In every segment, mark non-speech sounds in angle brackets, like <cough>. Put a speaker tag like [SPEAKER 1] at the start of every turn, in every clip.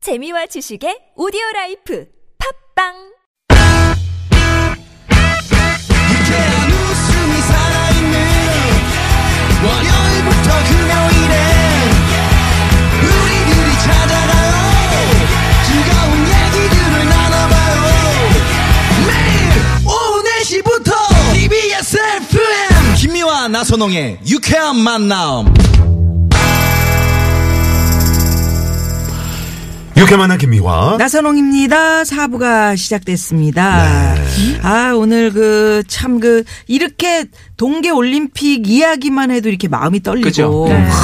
[SPEAKER 1] 재미와 지식의 오디오 라이프 팝빵!
[SPEAKER 2] 유쾌한 웃음이 살아있는 월요일부터 금요일에 우리들이 찾아가요 즐거운 얘기들을 나눠봐요 매일 오후 4시부터 TBS FM 김미와 나선홍의 유쾌한 만남
[SPEAKER 3] 이렇게 만난 김미화.
[SPEAKER 4] 나선홍입니다. 사부가 시작됐습니다.
[SPEAKER 3] 네.
[SPEAKER 4] 아, 오늘 그, 참 그, 이렇게 동계 올림픽 이야기만 해도 이렇게 마음이 떨리고,
[SPEAKER 3] 네.
[SPEAKER 4] 막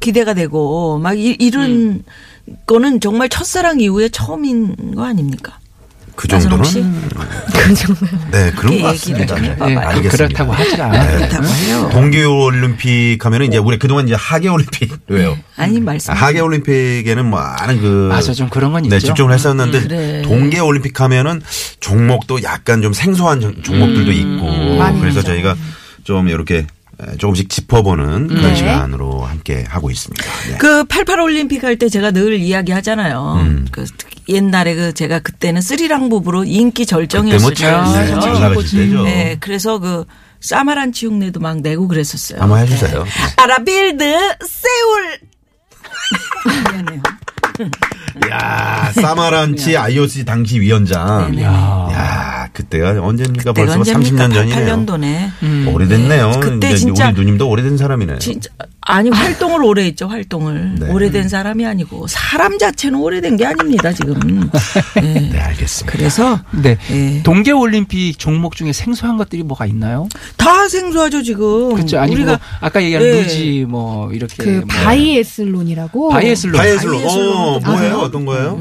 [SPEAKER 4] 기대가 되고, 막 이,
[SPEAKER 3] 음.
[SPEAKER 4] 이런 거는 정말 첫사랑 이후에 처음인 거 아닙니까?
[SPEAKER 3] 그
[SPEAKER 4] 나선홍
[SPEAKER 3] 정도는
[SPEAKER 4] 씨?
[SPEAKER 3] 네 그런
[SPEAKER 4] 이렇게
[SPEAKER 3] 것 같습니다.
[SPEAKER 4] 얘기를 좀
[SPEAKER 3] 네,
[SPEAKER 4] 해봐봐요.
[SPEAKER 3] 알겠습니다.
[SPEAKER 5] 예,
[SPEAKER 3] 네.
[SPEAKER 5] 그렇다고 하자.
[SPEAKER 4] 그렇다고 해요.
[SPEAKER 3] 동계올림픽 하면은 이제 우리 그동안 이제 하계올림픽 왜요?
[SPEAKER 4] 아니, 말씀.
[SPEAKER 3] 하계올림픽에는 뭐 많은 그
[SPEAKER 5] 맞아, 좀 그런 건
[SPEAKER 3] 네,
[SPEAKER 5] 있죠.
[SPEAKER 3] 집중을 했었는데
[SPEAKER 4] 음, 그래.
[SPEAKER 3] 동계올림픽 하면은 종목도 약간 좀 생소한 종-
[SPEAKER 4] 음,
[SPEAKER 3] 종목들도 있고 그래서 저희가 좀 이렇게 조금씩
[SPEAKER 4] 음.
[SPEAKER 3] 짚어보는
[SPEAKER 4] 네.
[SPEAKER 3] 그런 시간으로 함께 하고 있습니다. 네.
[SPEAKER 4] 그 88 올림픽 할 때 제가 늘 이야기 하잖아요.
[SPEAKER 3] 음.
[SPEAKER 4] 그 옛날에 그 제가 그때는 쓰리랑 부부로 인기
[SPEAKER 3] 그때 뭐
[SPEAKER 4] 절정이었을
[SPEAKER 3] 잘, 네,
[SPEAKER 4] 때였어요.
[SPEAKER 3] 잘 나가실 때죠.
[SPEAKER 4] 네, 그래서 그 싸마란 치육내도 막 내고 그랬었어요.
[SPEAKER 3] 한번 해주세요.
[SPEAKER 4] 아라빌드 세울. 미안해요.
[SPEAKER 3] 야 사마란치 IOC 당시 위원장. 야 그때가 언제입니까?
[SPEAKER 4] 내가
[SPEAKER 3] 벌써 30년 전이네요. 음.
[SPEAKER 4] 88년도네.
[SPEAKER 3] 오래됐네요.
[SPEAKER 4] 네. 그때
[SPEAKER 3] 이제
[SPEAKER 4] 진짜-
[SPEAKER 3] 우리 누님도 오래된 사람이네요.
[SPEAKER 4] 진짜 아니 활동을 오래 했죠 활동을
[SPEAKER 3] 네.
[SPEAKER 4] 오래된 사람이 아니고 사람 자체는 오래된 게 아닙니다 지금. 네.
[SPEAKER 3] 네, 알겠습니다.
[SPEAKER 4] 그래서
[SPEAKER 5] 네.
[SPEAKER 4] 예.
[SPEAKER 5] 동계 올림픽 종목 중에 생소한 것들이 뭐가 있나요?
[SPEAKER 4] 다 생소하죠 지금.
[SPEAKER 5] 그렇죠. 아니 뭐 아까 얘기한
[SPEAKER 4] 음, 네.
[SPEAKER 5] 루지 뭐 이렇게
[SPEAKER 6] 그
[SPEAKER 5] 뭐
[SPEAKER 6] 바이애슬론이라고
[SPEAKER 5] 바이애슬론.
[SPEAKER 3] 바이애슬로. 어,
[SPEAKER 4] 바이애슬로도
[SPEAKER 3] 뭐예요?
[SPEAKER 4] 알아요?
[SPEAKER 3] 어떤 거예요?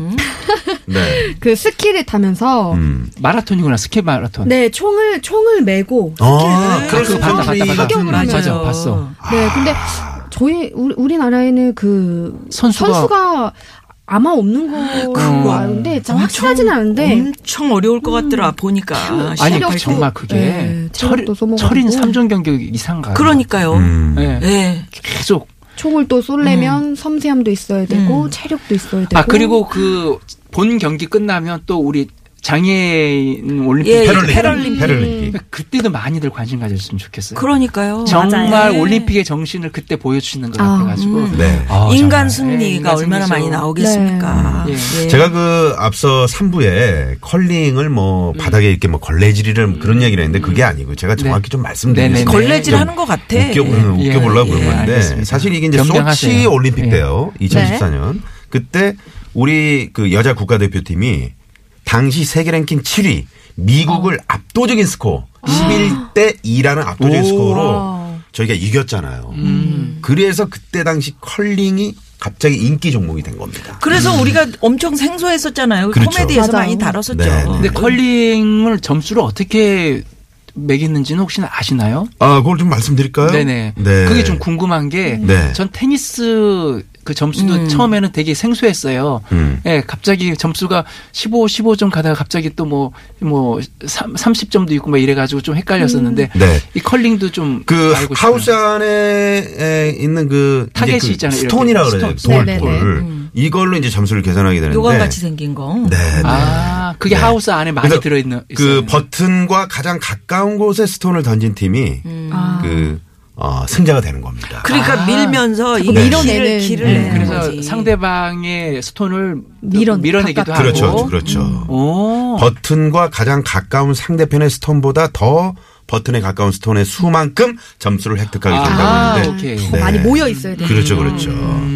[SPEAKER 3] 네.
[SPEAKER 6] 그 스키를 타면서
[SPEAKER 3] 음.
[SPEAKER 5] 마라톤이구나. 스키 마라톤.
[SPEAKER 6] 네 총을 총을 메고
[SPEAKER 3] 아,
[SPEAKER 4] 네.
[SPEAKER 3] 크로스
[SPEAKER 5] 그거 봤다,
[SPEAKER 3] 컨트리
[SPEAKER 5] 봤다, 봤다.
[SPEAKER 3] 같은
[SPEAKER 6] 음, 맞아요.
[SPEAKER 5] 맞아. 봤어.
[SPEAKER 6] 네 근데 저희 우리 우리나라에는 그
[SPEAKER 5] 선수가-
[SPEAKER 6] 선수가 아마 없는 걸로 아는데 진짜 확실하지는 않은데
[SPEAKER 4] 엄청 어려울 것 같더라 보니까.
[SPEAKER 6] 참-
[SPEAKER 5] 음. 아니
[SPEAKER 6] 체력도-
[SPEAKER 5] 그 정말 그게
[SPEAKER 6] 네,
[SPEAKER 5] 철,
[SPEAKER 6] 체력도 소모가
[SPEAKER 5] 철인
[SPEAKER 6] 되고.
[SPEAKER 5] 3종 경기 이상 가.
[SPEAKER 4] 그러니까요.
[SPEAKER 3] 음.
[SPEAKER 5] 예.
[SPEAKER 4] 네.
[SPEAKER 5] 계속.
[SPEAKER 6] 총을 또 쏠려면 섬세함도 있어야 되고 체력도 있어야 되고
[SPEAKER 5] 아 그리고 그 본 경기 끝나면 또 우리 장애인 올림픽
[SPEAKER 4] 예,
[SPEAKER 5] 패럴림픽.
[SPEAKER 3] 패럴림픽. 패럴림픽.
[SPEAKER 5] 그러니까 그때도 많이들 관심 가졌으면 좋겠어요.
[SPEAKER 4] 그러니까요.
[SPEAKER 5] 네.
[SPEAKER 4] 네.
[SPEAKER 5] 정말
[SPEAKER 4] 맞아요. 예.
[SPEAKER 5] 올림픽의 정신을 그때 보여주시는 것
[SPEAKER 6] 아,
[SPEAKER 5] 같아가지고
[SPEAKER 3] 네.
[SPEAKER 5] 아,
[SPEAKER 4] 인간
[SPEAKER 5] 정말.
[SPEAKER 4] 승리가
[SPEAKER 5] 예, 인간
[SPEAKER 4] 얼마나
[SPEAKER 5] 승리죠.
[SPEAKER 4] 많이 나오겠습니까.
[SPEAKER 5] 네.
[SPEAKER 4] 예.
[SPEAKER 3] 제가 그 앞서 3부에 컬링을 뭐 바닥에 이렇게 뭐 걸레질이를 그런 얘기를 했는데 그게 아니고 제가 정확히 좀 말씀드리면
[SPEAKER 5] 네네네.
[SPEAKER 4] 걸레질
[SPEAKER 3] 좀
[SPEAKER 4] 하는 것 같아.
[SPEAKER 3] 웃겨, 음,
[SPEAKER 5] 예.
[SPEAKER 3] 웃겨보려고
[SPEAKER 5] 예,
[SPEAKER 3] 그런 건데
[SPEAKER 5] 알겠습니다.
[SPEAKER 3] 사실 이게 이제
[SPEAKER 5] 변경하세요.
[SPEAKER 3] 소치 올림픽
[SPEAKER 5] 예. 네.
[SPEAKER 3] 때요. 2014년. 그때 우리 그 여자 국가대표팀이 당시 세계 랭킹 7위 미국을 압도적인 스코어 11대 2라는 압도적인
[SPEAKER 5] 어. 아. 오. 아. 음.
[SPEAKER 3] 스코어로
[SPEAKER 6] 와.
[SPEAKER 3] 저희가 이겼잖아요. 그래서 그때 당시 컬링이 갑자기 인기 종목이 된 겁니다.
[SPEAKER 4] 그래서 우리가 엄청 생소했었잖아요.
[SPEAKER 3] 음. 그렇죠.
[SPEAKER 4] 코미디에서
[SPEAKER 6] 맞아요.
[SPEAKER 4] 많이 다뤘었죠.
[SPEAKER 3] 네, 네.
[SPEAKER 5] 근데 컬링을 점수를 어떻게 매기는지는 혹시나 아시나요?
[SPEAKER 3] 아, 그걸 좀 말씀드릴까요?
[SPEAKER 5] 네네.
[SPEAKER 3] 네.
[SPEAKER 5] 그게 좀 궁금한 게 전
[SPEAKER 3] 네.
[SPEAKER 5] 테니스 그 점수도 처음에는 되게 생소했어요.
[SPEAKER 3] 음.
[SPEAKER 5] 예, 갑자기 점수가 15, 15점 가다가 갑자기 또 뭐, 뭐, 30점도 있고 막 이래가지고 좀 헷갈렸었는데.
[SPEAKER 3] 네.
[SPEAKER 5] 이 컬링도 좀.
[SPEAKER 3] 그
[SPEAKER 5] 알고 싶어요.
[SPEAKER 3] 하우스 안에 에, 있는 그
[SPEAKER 5] 타겟이
[SPEAKER 3] 이제 그
[SPEAKER 5] 있잖아요, 이렇게.
[SPEAKER 3] 스톤이라 그래요.
[SPEAKER 5] 스톤.
[SPEAKER 3] 돌,
[SPEAKER 6] 네네네.
[SPEAKER 3] 돌. 이걸로 이제 점수를 계산하게 되는데.
[SPEAKER 4] 요강 같이 생긴 거.
[SPEAKER 3] 네, 네.
[SPEAKER 5] 아, 그게
[SPEAKER 3] 네.
[SPEAKER 5] 하우스 안에 많이
[SPEAKER 3] 그래서
[SPEAKER 5] 들어있는.
[SPEAKER 3] 그
[SPEAKER 5] 있어요.
[SPEAKER 3] 버튼과 가장 가까운 곳에 스톤을 던진 팀이
[SPEAKER 6] 아.
[SPEAKER 3] 그 어, 승자가 되는 겁니다.
[SPEAKER 4] 그러니까
[SPEAKER 5] 아.
[SPEAKER 4] 밀면서 이
[SPEAKER 6] 밀어내는.
[SPEAKER 4] 길을 길을
[SPEAKER 3] 음,
[SPEAKER 5] 네,
[SPEAKER 4] 내는
[SPEAKER 5] 그래서
[SPEAKER 4] 거지.
[SPEAKER 5] 상대방의 스톤을 밀어,
[SPEAKER 6] 밀어-
[SPEAKER 5] 밀어내기도
[SPEAKER 6] 바깥으로.
[SPEAKER 5] 하고.
[SPEAKER 3] 그렇죠. 그렇죠.
[SPEAKER 5] 오.
[SPEAKER 3] 버튼과 가장 가까운 상대편의 스톤보다 더 버튼에 가까운 스톤의 수만큼 점수를 획득하게
[SPEAKER 5] 아,
[SPEAKER 3] 된다고 했는데.
[SPEAKER 5] 오케이.
[SPEAKER 6] 더 네. 많이 모여 있어야 되고
[SPEAKER 3] 그 그렇죠, 그렇죠.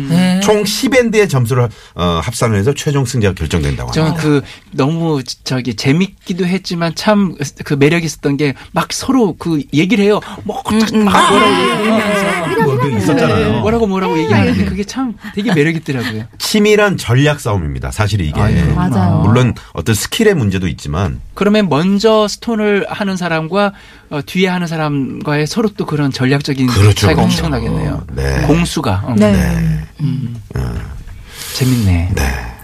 [SPEAKER 4] 네.
[SPEAKER 3] 총 10엔드의 점수를 어, 합산을 해서 최종 승자가 결정된다고 합니다.
[SPEAKER 5] 저는 그 너무 저기 재밌기도 했지만 참 그 매력 있었던 게 막 서로 그 얘기를 해요. 뭐
[SPEAKER 4] 음,
[SPEAKER 5] 막
[SPEAKER 3] 아,
[SPEAKER 5] 뭐라고
[SPEAKER 3] 뭐, 그 있었잖아요.
[SPEAKER 5] 뭐라고 뭐라고 얘기하는데 그게 참 되게 매력 있더라고요.
[SPEAKER 3] 치밀한 전략 싸움입니다. 사실 이게.
[SPEAKER 5] 아이고.
[SPEAKER 6] 맞아요.
[SPEAKER 3] 네. 음, 물론 어떤 스킬의 문제도 있지만
[SPEAKER 5] 그러면 먼저 스톤을 하는 사람과 어, 뒤에 하는 사람과의 서로 또 그런 전략적인
[SPEAKER 3] 그렇죠,
[SPEAKER 5] 차이가
[SPEAKER 3] 그렇죠.
[SPEAKER 5] 엄청나겠네요.
[SPEAKER 3] 네.
[SPEAKER 5] 공수가 어,
[SPEAKER 6] 네.
[SPEAKER 5] 재밌네.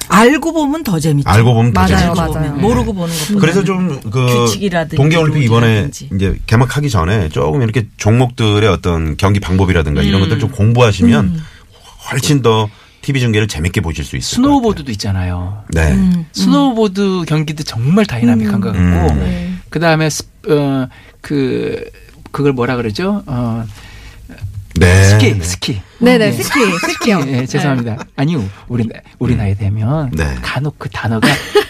[SPEAKER 4] 알고 보면 더 재밌죠.
[SPEAKER 3] 알고 보면 더
[SPEAKER 6] 맞아요,
[SPEAKER 3] 재밌죠.
[SPEAKER 6] 맞아요.
[SPEAKER 4] 보면. 모르고 보는 것보다.
[SPEAKER 3] 그래서 좀 그
[SPEAKER 4] 음. 규칙이라든지
[SPEAKER 3] 동계올림픽 이번에
[SPEAKER 4] 룰이라든지.
[SPEAKER 3] 이제 개막하기 전에 조금 이렇게 종목들의 어떤 경기 방법이라든가 이런 것들 좀 공부하시면 훨씬 더 TV 중계를 재밌게 보실 수 있을
[SPEAKER 5] 스노우보드도 음. 있잖아요.
[SPEAKER 3] 것 같아요. 네.
[SPEAKER 5] 스노우보드 경기도 정말 다이나믹한 것 같고
[SPEAKER 3] 음.
[SPEAKER 5] 그 다음에 어, 어그 그걸 뭐라 그러죠? 어
[SPEAKER 3] 네.
[SPEAKER 5] 스키 스키.
[SPEAKER 6] 네네 스키 스키요.
[SPEAKER 5] 예,
[SPEAKER 4] 네.
[SPEAKER 5] 죄송합니다. 아니요, 우리 나- 우리 나이 되면
[SPEAKER 3] 네.
[SPEAKER 5] 간혹 그 단어가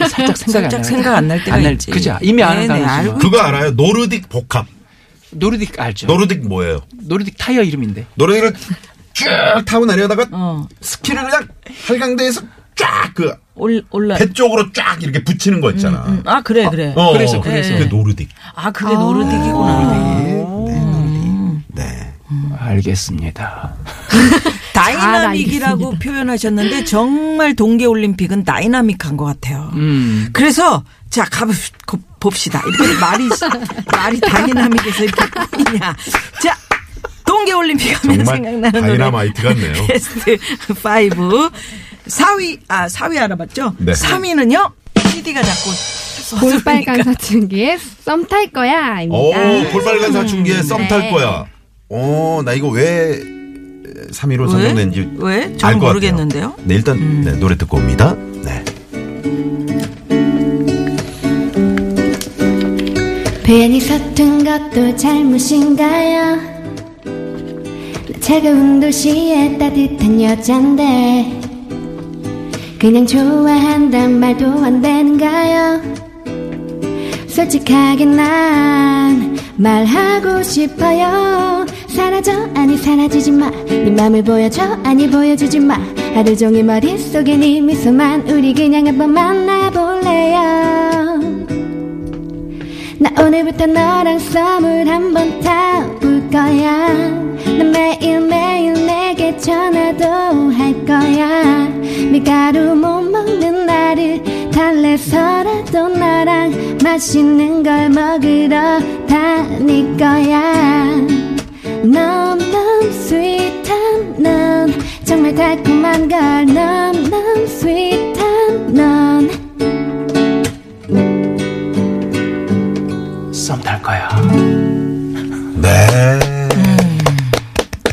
[SPEAKER 5] 살짝 생각이
[SPEAKER 4] 살짝
[SPEAKER 5] 안 나요.
[SPEAKER 4] 생각 안날 때가
[SPEAKER 5] 안 날-
[SPEAKER 4] 있지.
[SPEAKER 5] 그죠? 이미
[SPEAKER 4] 네네,
[SPEAKER 5] 아는 단어지만.
[SPEAKER 4] 알고
[SPEAKER 3] 그거 알아요? 노르딕 복합.
[SPEAKER 5] 노르딕 알죠?
[SPEAKER 3] 노르딕 뭐예요?
[SPEAKER 5] 노르... 딕 타이어 이름인데.
[SPEAKER 3] 노르딕을 쭉 타고 내려다가
[SPEAKER 4] 어.
[SPEAKER 3] 스키를 그냥 한강대에서 쫙 그 배
[SPEAKER 4] 올 올라.
[SPEAKER 3] 쪽으로 쫙 이렇게 붙이는 거 있잖아.
[SPEAKER 4] 음, 아 그래 그래.
[SPEAKER 3] 어,
[SPEAKER 5] 그래서, 그래서.
[SPEAKER 3] 그게 노르딕. 아.
[SPEAKER 4] 아 그게 노르딕이구나. <laughs>
[SPEAKER 3] 네.
[SPEAKER 5] 알겠습니다.
[SPEAKER 4] 다이나믹이라고 표현하셨는데 정말 동계올림픽은 다이나믹한 것 같아요.
[SPEAKER 5] 음.
[SPEAKER 4] 그래서 자 가봅시다. 이렇게
[SPEAKER 6] <laughs>
[SPEAKER 4] 말이 말이 다이나믹해서 이렇게 꼬이냐. 자 동계올림픽 하면
[SPEAKER 3] 정말
[SPEAKER 4] 생각나는 노래.
[SPEAKER 3] 다이나마이트
[SPEAKER 4] <laughs>
[SPEAKER 3] 같네요.
[SPEAKER 4] 베스트 5. 4위, 아, 4위 알아봤죠?
[SPEAKER 3] 네.
[SPEAKER 4] 3위는요? PD가 자꾸.
[SPEAKER 6] 볼빨간 사춘기에 썸 탈 거야입니다.
[SPEAKER 3] 오, 볼빨간 사춘기에 썸 탈
[SPEAKER 6] 네.
[SPEAKER 3] 거야. 오, 나 이거 왜 3위로
[SPEAKER 4] 왜?
[SPEAKER 3] 선정된지
[SPEAKER 4] 왜?
[SPEAKER 3] 알
[SPEAKER 4] 잘
[SPEAKER 3] 것 같아요.
[SPEAKER 4] 모르겠는데요? 음.
[SPEAKER 3] 네, 일단 네, 노래 듣고 옵니다. 네.
[SPEAKER 7] 괜히 서툰 것도 잘못인가요? 차가운 도시의 따뜻한 여잔데 그냥 좋아한단 말도 안 되는가요? 솔직하게 난 말하고 싶어요 사라져 아니 사라지지 마네 맘을 보여줘 아니 보여주지 마 하루 종일 머릿속에 네 미소만 우리 그냥 한번 만나볼래요 나 오늘부터 너랑 썸을 한번 타볼 거야 난 매일매일 내게 전화도 할 거야 밀가루 못 먹는 나를 달래서라도 나랑 맛있는 걸 먹으러 다닐 거야 넘넘 스윗한 넌 정말 달콤한 걸 넘넘 스윗한 넌
[SPEAKER 5] 썸 탈 거야.
[SPEAKER 3] 네.
[SPEAKER 4] 음.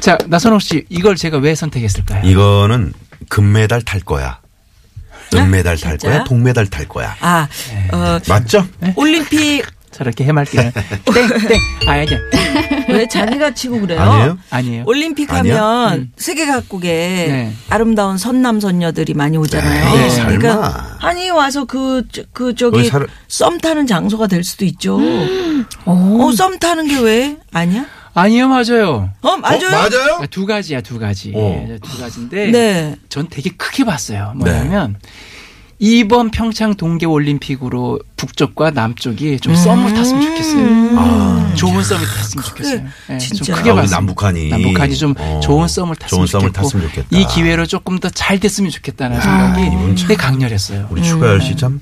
[SPEAKER 5] 자, 나선홍 씨, 이걸 제가 왜 선택했을까요?
[SPEAKER 3] 예. 이거는 금메달 탈 거야. 은메달 탈
[SPEAKER 4] 아, 진짜요?
[SPEAKER 3] 거야. 동메달 탈 거야.
[SPEAKER 4] 아,
[SPEAKER 3] 네.
[SPEAKER 4] 어,
[SPEAKER 3] 맞죠?
[SPEAKER 4] 올림픽
[SPEAKER 5] 저렇게
[SPEAKER 3] <laughs>
[SPEAKER 5] 해맑게. 땡, 땡. 아, 아니야.
[SPEAKER 4] <laughs> 왜 자기가 치고 그래요?
[SPEAKER 3] 네. 아니에요?
[SPEAKER 5] 아니에요. 음.
[SPEAKER 4] 올림픽
[SPEAKER 3] 아니야?
[SPEAKER 4] 하면 세계 각국에
[SPEAKER 5] 네.
[SPEAKER 4] 아름다운 선남 선녀들이 많이 오잖아요.
[SPEAKER 3] 에이, 설마.
[SPEAKER 4] 그러니까 아니 와서 그 그 저기
[SPEAKER 3] 거기 살-
[SPEAKER 4] 썸 타는 장소가 될 수도 있죠.
[SPEAKER 5] 음.
[SPEAKER 4] 어, 썸 타는 게 왜? 아니야?
[SPEAKER 5] 아니요, 맞아요.
[SPEAKER 4] 어, 맞아요.
[SPEAKER 3] 어, 맞아요?
[SPEAKER 5] 두 가지야, 두 가지.
[SPEAKER 3] 어.
[SPEAKER 5] 예, 두 가지인데.
[SPEAKER 4] 네.
[SPEAKER 5] 전 되게 크게 봤어요. 뭐냐면
[SPEAKER 3] 네.
[SPEAKER 5] 이번 평창 동계 올림픽으로 북쪽과 남쪽이
[SPEAKER 4] 음.
[SPEAKER 5] 좀 썸을 탔으면 좋겠어요.
[SPEAKER 3] 아.
[SPEAKER 5] 좋은 썸을 탔으면 좋겠어요. 예,
[SPEAKER 4] 진짜.
[SPEAKER 5] 좀 크게
[SPEAKER 3] 아, 우리
[SPEAKER 5] 봤어요.
[SPEAKER 3] 남북한이.
[SPEAKER 5] 남북한이 좀
[SPEAKER 3] 어,
[SPEAKER 5] 좋은 썸을
[SPEAKER 3] 좋은
[SPEAKER 5] 탔으면,
[SPEAKER 3] 썸을
[SPEAKER 5] 좋겠고,
[SPEAKER 3] 탔으면 좋겠다. 아,
[SPEAKER 5] 이 기회로 조금 더 잘 됐으면 좋겠다는 생각이 되게 강렬했어요.
[SPEAKER 4] 음.
[SPEAKER 3] 우리 추가열 씨 참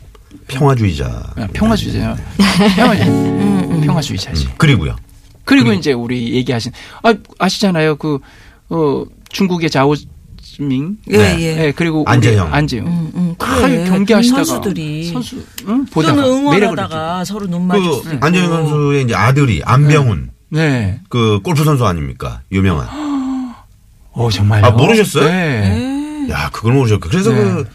[SPEAKER 3] 평화주의자. 음.
[SPEAKER 5] 아, 평화주의자요.
[SPEAKER 3] 네.
[SPEAKER 5] 평화주의. 평화주의자지.
[SPEAKER 3] 음. 그리고요.
[SPEAKER 5] 그리고 이제 우리 얘기하신 아, 아시잖아요. 그 어, 중국의 자오밍
[SPEAKER 4] 예,
[SPEAKER 3] 네.
[SPEAKER 4] 예.
[SPEAKER 5] 예, 그리고
[SPEAKER 3] 안재영.
[SPEAKER 5] 안재영
[SPEAKER 4] 음,
[SPEAKER 5] 다
[SPEAKER 4] 그래.
[SPEAKER 5] 경기하시다가
[SPEAKER 4] 선수들이.
[SPEAKER 5] 선수 응?
[SPEAKER 4] 또는
[SPEAKER 5] 보다가 매력을 느끼고.
[SPEAKER 4] 응원하다가 서로 눈 마주치고.
[SPEAKER 3] 그 안재현 선수의 이제 아들이 안병훈
[SPEAKER 5] 네.
[SPEAKER 3] 그 골프 선수 아닙니까? 유명한.
[SPEAKER 5] 어 정말요.
[SPEAKER 3] 아, 모르셨어요?
[SPEAKER 5] 네.
[SPEAKER 3] 야, 그걸 모르셨고. 그래서
[SPEAKER 5] 네.
[SPEAKER 3] 그,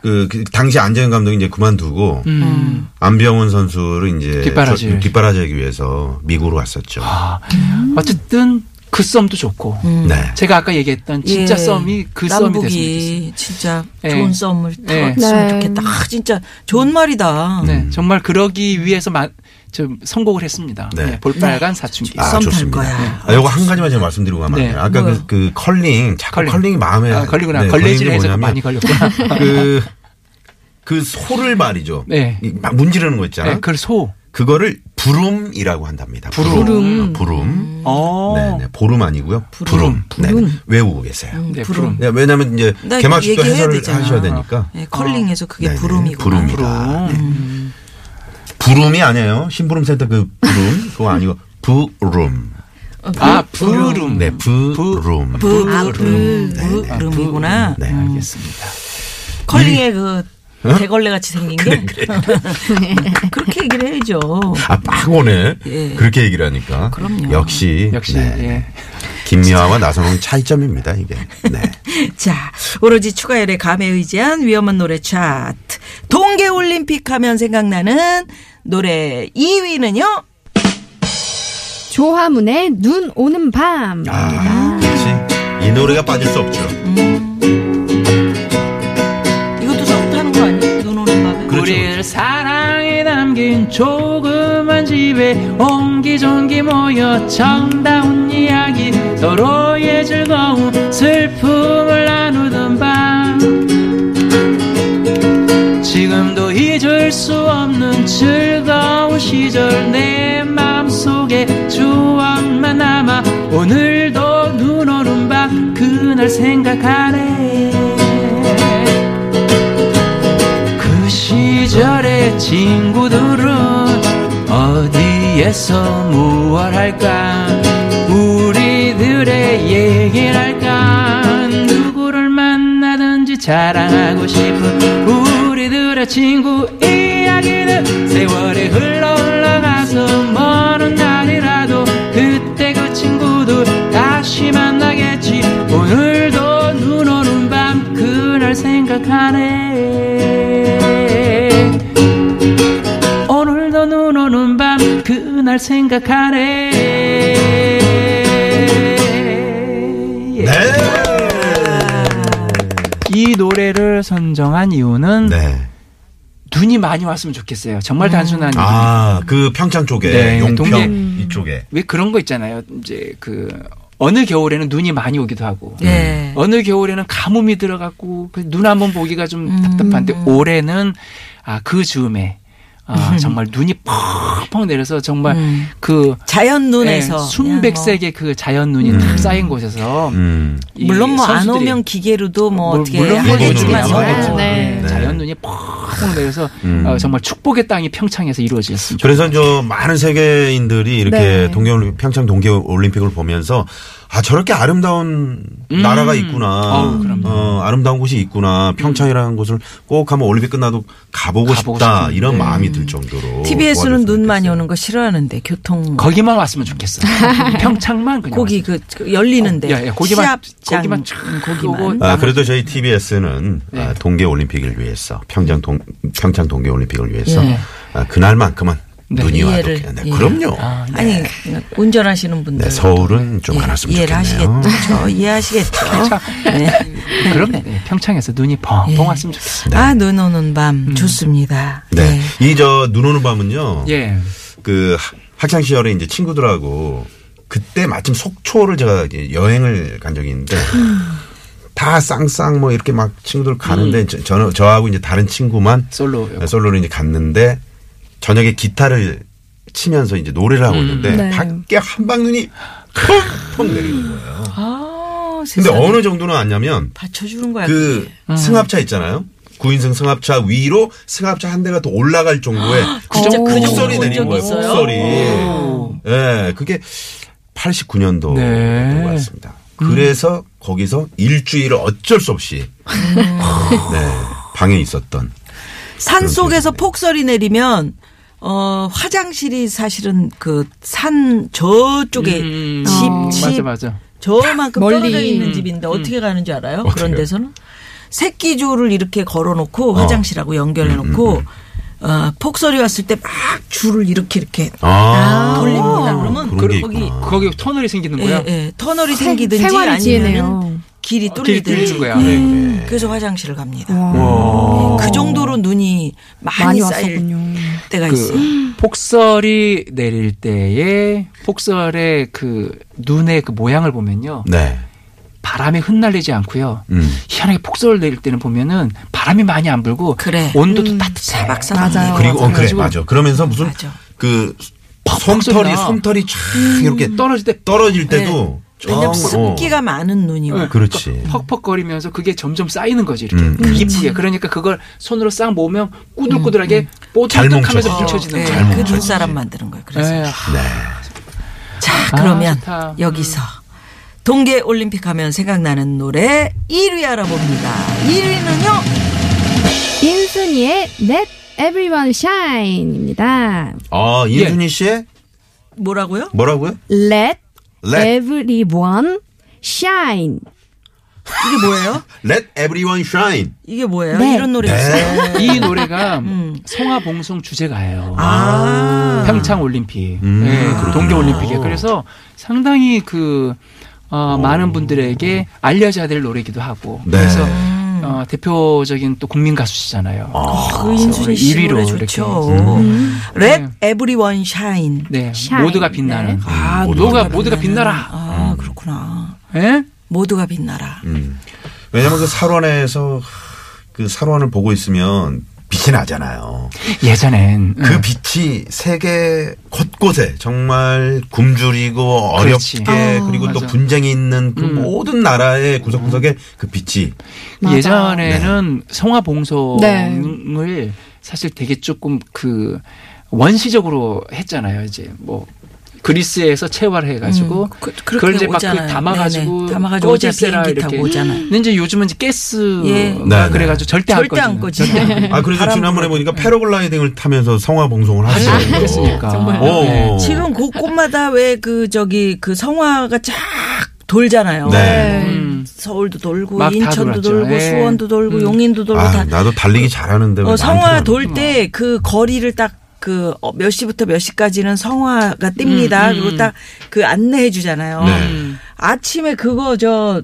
[SPEAKER 3] 그, 그 당시 안재현 감독이 이제 그만두고
[SPEAKER 5] 음.
[SPEAKER 3] 안병훈 선수를 이제
[SPEAKER 5] 뒷바라지를.
[SPEAKER 3] 저- 뒷바라지하기 위해서 미국으로 왔었죠.
[SPEAKER 5] 아,
[SPEAKER 4] 음.
[SPEAKER 5] 어쨌든 그 썸도 좋고.
[SPEAKER 3] 네.
[SPEAKER 5] 제가 아까 얘기했던 진짜
[SPEAKER 4] 예.
[SPEAKER 5] 썸이 그 썸이 됐으면 좋겠어요.
[SPEAKER 4] 남북이 진짜
[SPEAKER 5] 예.
[SPEAKER 4] 좋은 썸을
[SPEAKER 5] 예.
[SPEAKER 4] 타봤으면
[SPEAKER 6] 네.
[SPEAKER 4] 좋겠다. 아, 진짜 좋은 말이다.
[SPEAKER 5] 네, 정말 그러기 위해서 마, 저 선곡을 했습니다.
[SPEAKER 3] 네.
[SPEAKER 5] 네, 볼빨간 사춘기.
[SPEAKER 3] 아,
[SPEAKER 4] 썸탈
[SPEAKER 3] 좋습니다.
[SPEAKER 4] 거야.
[SPEAKER 3] 아, 요거 한 가지만 제가 말씀드리고 가면 안
[SPEAKER 5] 네.
[SPEAKER 3] 돼요. 아까 그, 그 컬링, 자꾸
[SPEAKER 5] 컬링.
[SPEAKER 3] 컬링. 이 마음에
[SPEAKER 5] 아, 걸리구나.
[SPEAKER 3] 네,
[SPEAKER 5] 걸레질
[SPEAKER 3] 걸리는 게
[SPEAKER 5] 해서
[SPEAKER 3] 뭐냐면
[SPEAKER 5] 많이 걸렸구나.
[SPEAKER 3] 그, 그 소를 말이죠.
[SPEAKER 5] 네.
[SPEAKER 3] 이막 문지르는 거 있잖아.
[SPEAKER 5] <laughs> 네, 그걸 소.
[SPEAKER 3] 그거를 부름이라고 한답니다.
[SPEAKER 5] 부름.
[SPEAKER 3] 아, 부름.
[SPEAKER 5] 어.
[SPEAKER 3] 네, 네. 보름 아니고요. 부름. 네. 외우고 계세요.
[SPEAKER 5] 네, 부름.
[SPEAKER 3] 네, 왜냐면 이제
[SPEAKER 4] 음. 나 이거
[SPEAKER 3] 개막식도
[SPEAKER 4] 얘기해야
[SPEAKER 3] 해설을
[SPEAKER 4] 되잖아.
[SPEAKER 3] 하셔야 되니까.
[SPEAKER 4] 예, 컬링에서 그게
[SPEAKER 3] 네네,
[SPEAKER 4] 부름이고.
[SPEAKER 3] 부름이다. 네. 부름이 아니에요. 신부름 센터 그 부름 그거 아니고 부름.
[SPEAKER 5] 아,
[SPEAKER 4] 음.
[SPEAKER 5] 부름.
[SPEAKER 3] 네, 부름.
[SPEAKER 4] 아, 부름. 부름이구나.
[SPEAKER 3] 네. 어?
[SPEAKER 5] 알겠습니다.
[SPEAKER 4] 컬링의 그 대걸레 같이 생긴 게. <laughs> 그렇게 얘기를 해야죠.
[SPEAKER 3] 아, 막 오네.
[SPEAKER 4] 예.
[SPEAKER 3] 그렇게 얘기를 하니까.
[SPEAKER 4] 그럼요.
[SPEAKER 3] 역시.
[SPEAKER 5] 역시
[SPEAKER 3] 네.
[SPEAKER 5] 예.
[SPEAKER 3] 김미화와 나선홍 차이점입니다, 이게. 네.
[SPEAKER 4] 자, 오로지 추가열의 감에 의지한 위험한 노래 차트. 동계올림픽 하면 생각나는 노래 2위는요?
[SPEAKER 6] 조화문의 눈 오는 밤.
[SPEAKER 3] 아, 그렇지. 이 노래가 빠질 수 없죠.
[SPEAKER 4] 이것도 성타는 거 아니에요? 눈 오는 밤에.
[SPEAKER 3] 그렇죠.
[SPEAKER 5] 우리를 사랑에 담긴 조그만 집에 옹기종기 모여 정다운 이야기 서로의 즐거움 슬픔을 나누던 밤 지금도 잊을 수 없는 즐거운 시절 내 마음속에 추억만 남아 오늘도 눈 오는 밤 그날 생각하네 그 시절의 친구들은 어디에서 무얼 할까 우리들의 얘기를 할까 누구를 만나든지 자랑하고 싶은 우리들의 친구 이야기는 세월이 흘러 흘러가서 먼 날이라도 그때 그 친구들 다시 만나겠지 오늘도 눈 오는 밤 그날 생각하네 오늘도 눈 오는 밤 그날 생각하네 예.
[SPEAKER 4] 예.
[SPEAKER 5] 이 노래를 선정한
[SPEAKER 4] 음.
[SPEAKER 5] 이유는
[SPEAKER 3] 네.
[SPEAKER 5] 눈이 많이 왔으면 좋겠어요 정말 단순한
[SPEAKER 3] 아, 그 평창 쪽에,
[SPEAKER 5] 네,
[SPEAKER 3] 용평
[SPEAKER 5] 동계-
[SPEAKER 4] 음.
[SPEAKER 3] 이쪽에.
[SPEAKER 5] 왜 그런 거 있잖아요. 이제 그 어느 겨울에는 눈이 많이 오기도 하고
[SPEAKER 4] 네.
[SPEAKER 5] 어느 겨울에는 가뭄이 들어갔고 그눈 한번 보기가 좀
[SPEAKER 4] 음.
[SPEAKER 5] 답답한데 올해는 아 그 즈음에 아, 정말 눈이 펑펑 내려서 정말
[SPEAKER 4] 음.
[SPEAKER 5] 그
[SPEAKER 4] 자연
[SPEAKER 5] 예,
[SPEAKER 4] 눈에서.
[SPEAKER 5] 순백색의 그 자연 눈이 탁 쌓인 곳에서
[SPEAKER 3] 음.
[SPEAKER 5] 이
[SPEAKER 4] 물론 뭐 안
[SPEAKER 5] 선수들이
[SPEAKER 4] 오면 기계로도 뭐
[SPEAKER 5] 물-
[SPEAKER 4] 어떻게
[SPEAKER 5] 물론 물론
[SPEAKER 4] 하겠지만 뭐.
[SPEAKER 5] 물론
[SPEAKER 6] 네.
[SPEAKER 5] 물론
[SPEAKER 6] 네.
[SPEAKER 5] 네. 자연 눈이 펑펑 내려서
[SPEAKER 3] 음.
[SPEAKER 5] 어, 정말 축복의 땅이 평창에서 이루어졌으면 좋겠어요.
[SPEAKER 3] 그래서 저 많은 세계인들이 이렇게
[SPEAKER 6] 네.
[SPEAKER 3] 동계올림픽, 평창 동계올림픽을 보면서 아 저렇게 아름다운
[SPEAKER 5] 음.
[SPEAKER 3] 나라가 있구나,
[SPEAKER 5] 어우, 그럼요.
[SPEAKER 3] 어, 아름다운 곳이 있구나, 평창이라는 곳을 꼭 한번 올림픽 끝나도 가보고,
[SPEAKER 5] 가보고
[SPEAKER 3] 싶다
[SPEAKER 5] 싶은데.
[SPEAKER 3] 이런 마음이 들 정도로
[SPEAKER 4] TBS는 눈 많이
[SPEAKER 3] 좋겠어요.
[SPEAKER 4] 오는 거 싫어하는데 교통
[SPEAKER 5] 어, 거기만
[SPEAKER 4] <laughs>
[SPEAKER 5] 왔으면 좋겠어요. 평창만 그냥
[SPEAKER 4] 고기 그, 그 열리는데
[SPEAKER 5] 어, 야, 야, 고기만
[SPEAKER 4] 시합장 음,
[SPEAKER 5] 고기만 촥 오고
[SPEAKER 4] 고기만
[SPEAKER 3] 아, 그래도 저희 TBS는 아, 동계올림픽을 위해서 평창 동 평창 동계올림픽을 위해서
[SPEAKER 4] 예.
[SPEAKER 3] 아, 그날만큼은
[SPEAKER 5] 네.
[SPEAKER 3] 눈이 와도
[SPEAKER 4] 이해를,
[SPEAKER 3] 그냥- 네,
[SPEAKER 4] 예.
[SPEAKER 3] 그럼요.
[SPEAKER 4] 아니 운전하시는 분들
[SPEAKER 3] 네, 서울은 좀 안 왔으면
[SPEAKER 4] 예, 이해를
[SPEAKER 3] 좋겠네요.
[SPEAKER 4] 하시겠죠
[SPEAKER 5] <laughs>
[SPEAKER 4] 저 이해하시겠죠 네. 예.
[SPEAKER 5] 그럼 네, 평창에서 눈이 펑펑 왔으면 좋겠어요.
[SPEAKER 4] 아눈 오는 밤
[SPEAKER 5] 음.
[SPEAKER 4] 좋습니다 예.
[SPEAKER 3] 네. 이 저 눈 오는 밤은요.
[SPEAKER 5] 예.
[SPEAKER 3] 그 학- 학창 시절에 이제 친구들하고 그때 마침 속초를 제가 이제 여행을 간 적이 있는데 다 쌍쌍 뭐 이렇게 막 친구들 가는데 저, 저는 저하고 이제 다른 친구만
[SPEAKER 5] 음.
[SPEAKER 3] 네,
[SPEAKER 5] 솔로.
[SPEAKER 3] 솔로로 이제 갔는데 저녁에 기타를 치면서 이제 노래를 하고 있는데
[SPEAKER 5] 음.
[SPEAKER 6] 네.
[SPEAKER 3] 밖에 한방눈이 펑펑 내리는 거예요.
[SPEAKER 4] 아,
[SPEAKER 3] 근데
[SPEAKER 4] 세상에.
[SPEAKER 3] 어느 정도는 왔냐면
[SPEAKER 4] 받쳐주는 거야
[SPEAKER 3] 그 승합차 있잖아요. 9인승 승합차 위로 승합차 한 대가 더 올라갈 정도의
[SPEAKER 4] 진짜 그 정도
[SPEAKER 3] 북설이
[SPEAKER 4] 본
[SPEAKER 3] 내린
[SPEAKER 4] 적이
[SPEAKER 3] 거예요.
[SPEAKER 4] 있어요?
[SPEAKER 3] 북설이. 예, 그게 89년도
[SPEAKER 5] 네.
[SPEAKER 3] 였던 것 같습니다. 그래서 거기서 일주일을 어쩔 수 없이 <laughs> 네, 방에 있었던
[SPEAKER 4] 산 속에서
[SPEAKER 3] 그런
[SPEAKER 4] 폭설이 내리면 어 화장실이 사실은 그 산 저쪽에
[SPEAKER 5] 음,
[SPEAKER 4] 집
[SPEAKER 5] 어,
[SPEAKER 4] 집
[SPEAKER 5] 맞아 맞아.
[SPEAKER 4] 저만큼
[SPEAKER 6] 멀리. 음.
[SPEAKER 4] 떨어져 있는 집인데 어떻게 가는 줄 알아요? 그런
[SPEAKER 3] 어떻게요?
[SPEAKER 4] 데서는 새끼줄을 이렇게 걸어놓고 화장실하고 연결해놓고 어, 폭설이 왔을 때 막 줄을 이렇게 이렇게
[SPEAKER 3] 아,
[SPEAKER 4] 돌립니다. 그러면
[SPEAKER 3] 그런 게
[SPEAKER 4] 거기
[SPEAKER 3] 있구나.
[SPEAKER 5] 거기 터널이 생기는
[SPEAKER 4] 예,
[SPEAKER 5] 거야.
[SPEAKER 4] 예, 터널이
[SPEAKER 6] 생-
[SPEAKER 4] 생기든지
[SPEAKER 6] 생활이
[SPEAKER 4] 아니면
[SPEAKER 6] 지혜네요.
[SPEAKER 4] 길이
[SPEAKER 5] 길이
[SPEAKER 4] 뚫리든지
[SPEAKER 5] 뚫리는 거야.
[SPEAKER 4] 음, 그래서 화장실을 갑니다. 그 정도로 눈이 많이,
[SPEAKER 6] 많이
[SPEAKER 4] 쌓일
[SPEAKER 6] 왔었군요.
[SPEAKER 4] 때가 있어요.
[SPEAKER 5] 그 폭설이 내릴 때에 폭설의 그 눈의 그 모양을 보면요.
[SPEAKER 3] 네.
[SPEAKER 5] 바람에 흩날리지 않고요.
[SPEAKER 3] 음.
[SPEAKER 5] 희한하게 폭설 내릴 때는 보면은 바람이 많이 안 불고
[SPEAKER 4] 그래. 음.
[SPEAKER 5] 온도도 따뜻해.
[SPEAKER 4] 박사님.
[SPEAKER 6] 음. 맞아요.
[SPEAKER 3] 그리고 어, 그래
[SPEAKER 5] 그래가지고-
[SPEAKER 3] 맞아. 그러면서 무슨
[SPEAKER 4] 맞아.
[SPEAKER 3] 그
[SPEAKER 5] 퍽퍽
[SPEAKER 3] 솜털이
[SPEAKER 5] 소리나.
[SPEAKER 3] 솜털이 쫙 이렇게
[SPEAKER 5] 떨어질 때
[SPEAKER 3] 떨어질 때도 정-
[SPEAKER 4] 음. 네. 왜냐면
[SPEAKER 3] 어.
[SPEAKER 4] 습기가 많은 눈이 와.
[SPEAKER 3] 그렇지.
[SPEAKER 5] 퍽퍽거리면서 그게 점점 쌓이는 거지 이렇게
[SPEAKER 3] 음,
[SPEAKER 5] 깊게 그러니까 그걸 손으로 싹 모으면 꾸들꾸들하게
[SPEAKER 3] 잘
[SPEAKER 5] 뽀득하면서
[SPEAKER 3] 뭉쳐져.
[SPEAKER 5] 뭉쳐지는
[SPEAKER 4] 네,
[SPEAKER 5] 거예요.
[SPEAKER 3] 잘
[SPEAKER 4] 그
[SPEAKER 3] 뭉쳐지지.
[SPEAKER 4] 눈사람 만드는 거예요. 그래서
[SPEAKER 5] 예.
[SPEAKER 4] 자
[SPEAKER 5] 아,
[SPEAKER 4] 그러면
[SPEAKER 5] 좋다.
[SPEAKER 4] 여기서 동계 올림픽 하면 생각나는 노래 1위 알아봅니다. 1위는요.
[SPEAKER 6] 인순이의 Let Everyone Shine입니다.
[SPEAKER 5] 예.
[SPEAKER 3] 아, 인순이 씨의
[SPEAKER 4] 뭐라고요?
[SPEAKER 3] 뭐라고요?
[SPEAKER 6] Let
[SPEAKER 3] Let,
[SPEAKER 6] everyone shine.
[SPEAKER 4] 이게 뭐예요?
[SPEAKER 3] let everyone shine.
[SPEAKER 4] 이게 뭐예요?
[SPEAKER 6] 네.
[SPEAKER 4] 이런 노래 있어요?
[SPEAKER 5] 이 노래가 성화봉송 주제가예요.
[SPEAKER 4] 아.
[SPEAKER 5] 평창 올림픽, 네, 동계 올림픽에 그래서 상당히 그 어, 많은 분들에게 알려져야 될 노래이기도 하고
[SPEAKER 3] 네.
[SPEAKER 5] 그래서 어, 대표적인 또 국민 가수시잖아요.
[SPEAKER 4] 그 인순이 씨
[SPEAKER 5] 어, 1위로
[SPEAKER 4] 노래
[SPEAKER 5] 이렇게.
[SPEAKER 4] 좋죠.
[SPEAKER 5] 음.
[SPEAKER 4] Let everyone shine.
[SPEAKER 5] 네,
[SPEAKER 6] 샤인.
[SPEAKER 5] 모두가 빛나는.
[SPEAKER 4] 아,
[SPEAKER 5] 음, 모두가 모두가 빛나라.
[SPEAKER 4] 아, 그렇구나.
[SPEAKER 5] 예?
[SPEAKER 4] 모두가 빛나라.
[SPEAKER 5] 음.
[SPEAKER 3] 음. 왜냐면 그 살원에서 그 살원을 보고 있으면 빛이 나잖아요.
[SPEAKER 5] 예전엔 음.
[SPEAKER 3] 그 빛이 세계 곳곳에 정말 굶주리고 어렵게
[SPEAKER 5] 그렇지.
[SPEAKER 3] 그리고
[SPEAKER 5] 맞아. 음.
[SPEAKER 3] 또 분쟁이 있는 그 모든 나라의 구석구석에 그 빛이
[SPEAKER 6] 맞아.
[SPEAKER 5] 예전에는
[SPEAKER 4] 네.
[SPEAKER 5] 성화봉송을 사실 되게 조금 그 원시적으로 했잖아요. 이제 뭐 그리스에서 체화를 해가지고
[SPEAKER 4] 음, 그- 그렇게
[SPEAKER 5] 그걸 이제 막그
[SPEAKER 4] 오잖아요.
[SPEAKER 5] 담아가지고
[SPEAKER 4] 네네. 담아가지고 오자,
[SPEAKER 5] 꺼질세라
[SPEAKER 4] 비행기 타고
[SPEAKER 5] 이렇게.
[SPEAKER 4] 오잖아요.
[SPEAKER 5] 근데 이제 요즘은 이제 가스가
[SPEAKER 4] 예.
[SPEAKER 3] 네네.
[SPEAKER 5] 그래가지고 절대 안
[SPEAKER 4] 절대
[SPEAKER 5] 꺼지는.
[SPEAKER 4] 안 꺼지. <laughs>
[SPEAKER 3] 아
[SPEAKER 5] 음.
[SPEAKER 3] 그래서
[SPEAKER 4] 바람
[SPEAKER 3] 지난번에
[SPEAKER 4] 불어.
[SPEAKER 3] 보니까 패러글라이딩을 타면서 성화 봉송을
[SPEAKER 5] 아니,
[SPEAKER 3] 하시는
[SPEAKER 5] 네,
[SPEAKER 4] 네,
[SPEAKER 5] 안 그랬으니까. 네.
[SPEAKER 3] 오.
[SPEAKER 4] 지금 곳곳마다 왜 그 저기 그 성화가 쫙 돌잖아요.
[SPEAKER 3] 네.
[SPEAKER 5] 음.
[SPEAKER 4] 서울도 돌고
[SPEAKER 5] 막다
[SPEAKER 4] 인천도
[SPEAKER 5] 돌았죠.
[SPEAKER 4] 돌고
[SPEAKER 5] 예.
[SPEAKER 4] 수원도 돌고
[SPEAKER 5] 음.
[SPEAKER 4] 용인도 돌고
[SPEAKER 3] 아
[SPEAKER 4] 다
[SPEAKER 3] 나도 달리기 잘하는데 왜
[SPEAKER 4] 어, 성화
[SPEAKER 3] 나한테는
[SPEAKER 4] 돌 때 그 거리를 딱 그 몇 시부터 몇 시까지는 성화가 뜹니다. 그리고 딱 그 안내해 주잖아요.
[SPEAKER 5] 음.
[SPEAKER 3] 네.
[SPEAKER 4] 아침에 그거 저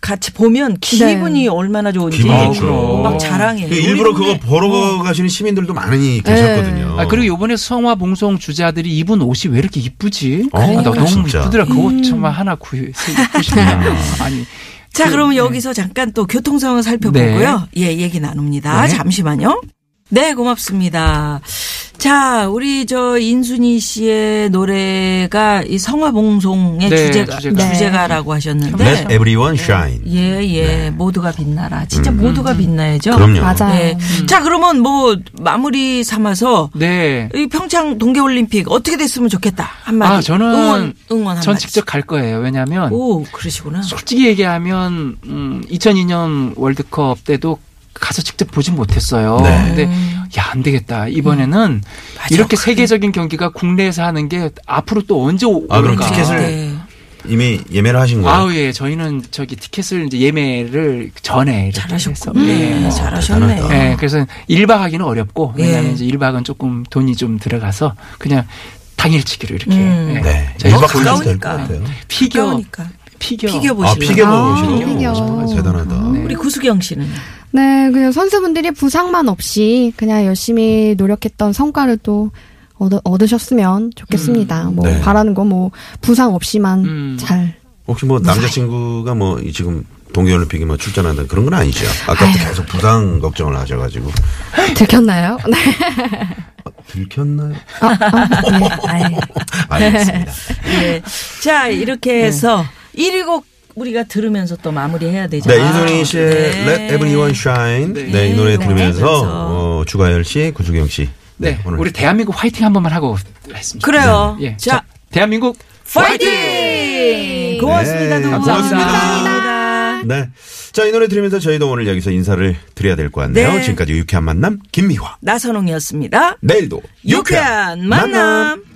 [SPEAKER 4] 같이 보면 기분이 얼마나 좋은지
[SPEAKER 3] 기분이 좋죠.
[SPEAKER 4] 막 자랑해.
[SPEAKER 3] 그 일부러 그거 보러 가시는 시민들도 많이 계셨거든요.
[SPEAKER 5] 아, 그리고 요번에 성화 봉송 주자들이 입은 옷이 왜 이렇게 이쁘지?
[SPEAKER 3] 어,
[SPEAKER 5] 아, 나
[SPEAKER 3] 그러니까
[SPEAKER 5] 너무
[SPEAKER 3] 진짜.
[SPEAKER 5] 이쁘더라. 그 옷 정말 하나 구해 입고 싶다.
[SPEAKER 3] 음.
[SPEAKER 5] 아니.
[SPEAKER 4] 음. 자,
[SPEAKER 5] 그,
[SPEAKER 4] 그러면
[SPEAKER 5] 네.
[SPEAKER 4] 여기서 잠깐 또 교통 상황 살펴보고요. 예, 얘기 나눕니다.
[SPEAKER 5] 네.
[SPEAKER 4] 잠시만요. 네, 고맙습니다. 자, 우리 저 인순이 씨의 노래가 이 성화봉송의
[SPEAKER 5] 네,
[SPEAKER 4] 주제가,
[SPEAKER 5] 주제가. 네.
[SPEAKER 6] 네.
[SPEAKER 4] 주제가. 라고 하셨는데.
[SPEAKER 3] Let everyone shine.
[SPEAKER 4] 예, 예. 모두가 빛나라. 진짜
[SPEAKER 5] 음.
[SPEAKER 4] 모두가 빛나야죠.
[SPEAKER 3] 그럼요.
[SPEAKER 6] 맞아요.
[SPEAKER 4] 예. 자, 그러면 뭐 마무리 삼아서
[SPEAKER 5] 네.
[SPEAKER 4] 이 평창 동계올림픽 어떻게 됐으면 좋겠다. 한마디.
[SPEAKER 5] 아, 저는
[SPEAKER 4] 응원, 응원 한마디.
[SPEAKER 5] 전 직접 갈 거예요. 왜냐하면
[SPEAKER 4] 오, 그러시구나.
[SPEAKER 5] 솔직히 얘기하면 음, 2002년 월드컵 때도 가서 직접 보진 못했어요.
[SPEAKER 3] 네.
[SPEAKER 5] 근데 야 안 되겠다.
[SPEAKER 4] 음.
[SPEAKER 5] 이번에는
[SPEAKER 4] 맞아.
[SPEAKER 5] 이렇게 세계적인 경기가 국내에서 하는 게 앞으로 또 언제 오-
[SPEAKER 3] 아, 그럼
[SPEAKER 5] 올까?
[SPEAKER 3] 티켓을
[SPEAKER 4] 네.
[SPEAKER 3] 이미 예매를 하신 거예요?
[SPEAKER 5] 아우 예, 저희는 저기 티켓을 이제 예매를 전에 이렇게 해서.
[SPEAKER 4] 잘하셨고. 네.
[SPEAKER 5] 예.
[SPEAKER 4] 잘하셨네.
[SPEAKER 3] 대단하다.
[SPEAKER 5] 예, 그래서 1박 하기는 어렵고
[SPEAKER 4] 예.
[SPEAKER 5] 왜냐하면 이제 1박은 조금 돈이 좀 들어가서 그냥 당일치기로 이렇게
[SPEAKER 4] 음.
[SPEAKER 5] 예.
[SPEAKER 3] 네.
[SPEAKER 5] 저희
[SPEAKER 4] 어,
[SPEAKER 3] 일박 삼일 될것
[SPEAKER 4] 가까우니까.
[SPEAKER 3] 같아요.
[SPEAKER 5] 피겨
[SPEAKER 4] 그러니까
[SPEAKER 5] 피겨
[SPEAKER 4] 피겨
[SPEAKER 3] 아,
[SPEAKER 4] 보시고.
[SPEAKER 3] 피겨
[SPEAKER 6] 아,
[SPEAKER 3] 보시고
[SPEAKER 6] 피겨.
[SPEAKER 3] 싶어가지고. 대단하다.
[SPEAKER 5] 네.
[SPEAKER 4] 우리 구수경 씨는
[SPEAKER 6] 네, 그냥 선수분들이 부상만 없이 그냥 열심히 노력했던 성과를 또 얻, 얻으셨으면 좋겠습니다. 뭐
[SPEAKER 3] 네.
[SPEAKER 6] 바라는 거 뭐 부상 없이만
[SPEAKER 5] 음.
[SPEAKER 6] 잘.
[SPEAKER 3] 혹시 뭐 남자친구가 뭐 이 지금 동계올림픽에 뭐 출전한다 그런 건 아니죠? 아까부터 계속 부상 걱정을 하셔가지고
[SPEAKER 6] 들켰나요? 네.
[SPEAKER 3] <laughs> 들켰나요?
[SPEAKER 6] 네. 아이.
[SPEAKER 3] 알겠습니다.
[SPEAKER 4] 예. 자 이렇게 해서 1위 곡 우리가 들으면서 또 마무리해야
[SPEAKER 3] 네,
[SPEAKER 4] 되잖아요.
[SPEAKER 3] 인순이 씨의
[SPEAKER 4] 네.
[SPEAKER 3] Let Everyone Shine 네, 이 노래
[SPEAKER 4] 들으면서.
[SPEAKER 3] 들으면서 어, 주가열 씨, 구수경 씨.
[SPEAKER 5] 네,
[SPEAKER 3] 오늘
[SPEAKER 5] 우리 대한민국 화이팅 한 번만 하고 했습니다.
[SPEAKER 4] 그래요.
[SPEAKER 5] 예,
[SPEAKER 4] 자
[SPEAKER 5] 자, 대한민국
[SPEAKER 4] 파이팅! 고맙습니다.
[SPEAKER 3] 네,
[SPEAKER 4] 두 분.
[SPEAKER 3] 고맙습니다.
[SPEAKER 4] 감사합니다.
[SPEAKER 3] 네. 자, 이 노래 들으면서 저희도 오늘 여기서 인사를 드려야 될 것 같네요.
[SPEAKER 4] 네.
[SPEAKER 3] 지금까지 유쾌한 만남 김미화.
[SPEAKER 4] 나선홍이었습니다.
[SPEAKER 3] 내일도
[SPEAKER 4] 유쾌한 만남.